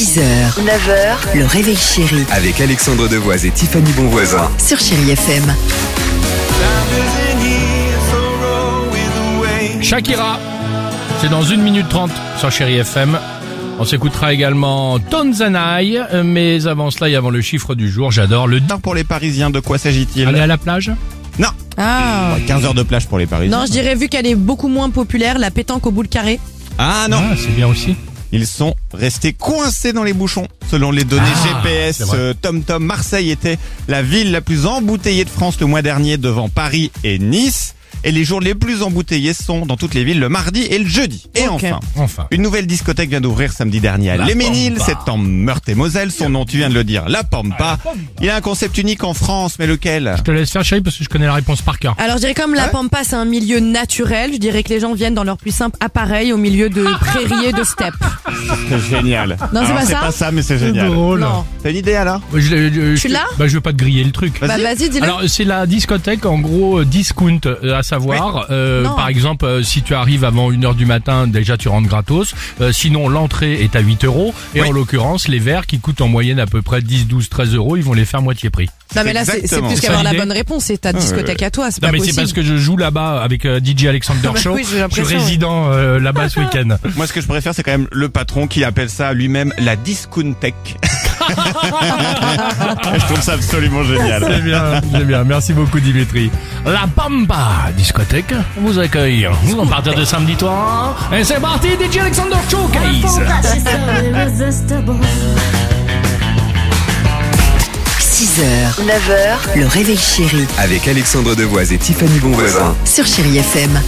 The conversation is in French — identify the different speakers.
Speaker 1: 6h, 9h, le réveil chéri
Speaker 2: Avec Alexandre Devoise et Tiffany Bonvoisin.
Speaker 1: sur Chérie FM.
Speaker 3: Shakira, c'est dans 1 minute 30 sur Chéri FM. On s'écoutera également Tonzanaï, euh, mais avant cela et avant le chiffre du jour, j'adore le d-
Speaker 4: Non, pour les Parisiens, de quoi s'agit-il
Speaker 3: Aller à la plage
Speaker 4: Non,
Speaker 5: Ah.
Speaker 4: 15 heures de plage pour les Parisiens.
Speaker 5: Non, je dirais vu qu'elle est beaucoup moins populaire, la pétanque au bout le carré.
Speaker 4: Ah non,
Speaker 3: Ah, c'est bien aussi.
Speaker 4: ils sont restés coincés dans les bouchons. Selon les données
Speaker 3: Ah, c'est
Speaker 4: GPS,
Speaker 3: vrai.
Speaker 4: euh, TomTom, Marseille était la ville la plus embouteillée de France le mois dernier devant Paris et Nice. Et les jours les plus embouteillés sont dans toutes les villes le mardi et le jeudi. Et
Speaker 5: Ok.
Speaker 4: enfin,
Speaker 3: Enfin.
Speaker 4: Une nouvelle discothèque vient d'ouvrir samedi dernier à
Speaker 3: La
Speaker 4: Léménil,
Speaker 3: Pampa.
Speaker 4: c'est en Meurthe-et-Moselle, son nom, tu viens de le dire, La Pampa. Il a un concept unique en France, mais lequel
Speaker 3: Je te laisse faire chérie parce que je connais la réponse par cœur.
Speaker 5: Alors je dirais comme la
Speaker 4: Ouais.
Speaker 5: pampa c'est un milieu naturel, je dirais que les gens viennent dans leur plus simple appareil au milieu de prairies et de steppes.
Speaker 4: C'est génial.
Speaker 5: Non, c'est
Speaker 4: Alors,
Speaker 5: pas ça
Speaker 4: mais c'est génial.
Speaker 3: drôle.
Speaker 5: Non.
Speaker 4: T'as une idée, alors
Speaker 3: Bah, je, je- je-
Speaker 5: Tu l'as
Speaker 3: Bah, je veux pas te griller le truc.
Speaker 5: Bah vas-y, dis-le.
Speaker 3: Alors c'est la discothèque en gros euh, discount euh, à savoir euh,
Speaker 5: Non.
Speaker 3: par exemple euh, si tu arrives avant 1h du matin déjà tu rentres gratos Euh, sinon l'entrée est à 8 euros et en l'occurrence les verres qui coûtent en moyenne à peu près 10, 12, 13 euros ils vont les faire moitié prix
Speaker 5: Non mais là c'est c'est
Speaker 4: Exactement.
Speaker 5: plus
Speaker 3: C'est
Speaker 5: qu'avoir
Speaker 3: ça
Speaker 5: la
Speaker 3: l'idée
Speaker 5: bonne réponse, c'est ta discothèque à toi, c'est
Speaker 3: Non
Speaker 5: pas
Speaker 3: mais c'est
Speaker 5: Bah, possible.
Speaker 3: parce que je joue là-bas avec euh, DJ Alexander
Speaker 5: Ah bah
Speaker 3: Show
Speaker 5: oui, j'ai
Speaker 3: je suis
Speaker 5: l'impression, oui.
Speaker 3: résident euh, là-bas ce week-end
Speaker 4: Moi, ce que je préfère, c'est quand même le patron qui appelle ça lui-même la discountech. je trouve ça absolument génial.
Speaker 3: C'est bien, c'est bien, merci beaucoup Dimitri La Pampa discothèque vous accueille à partir de samedi soir et c'est parti DJ Alexander Show guys
Speaker 6: She's so irresistible.
Speaker 1: 6h, 9h, le réveil chéri
Speaker 2: Avec Alexandre Devoise et Tiffany Bonvoisin.
Speaker 1: sur Chérie FM.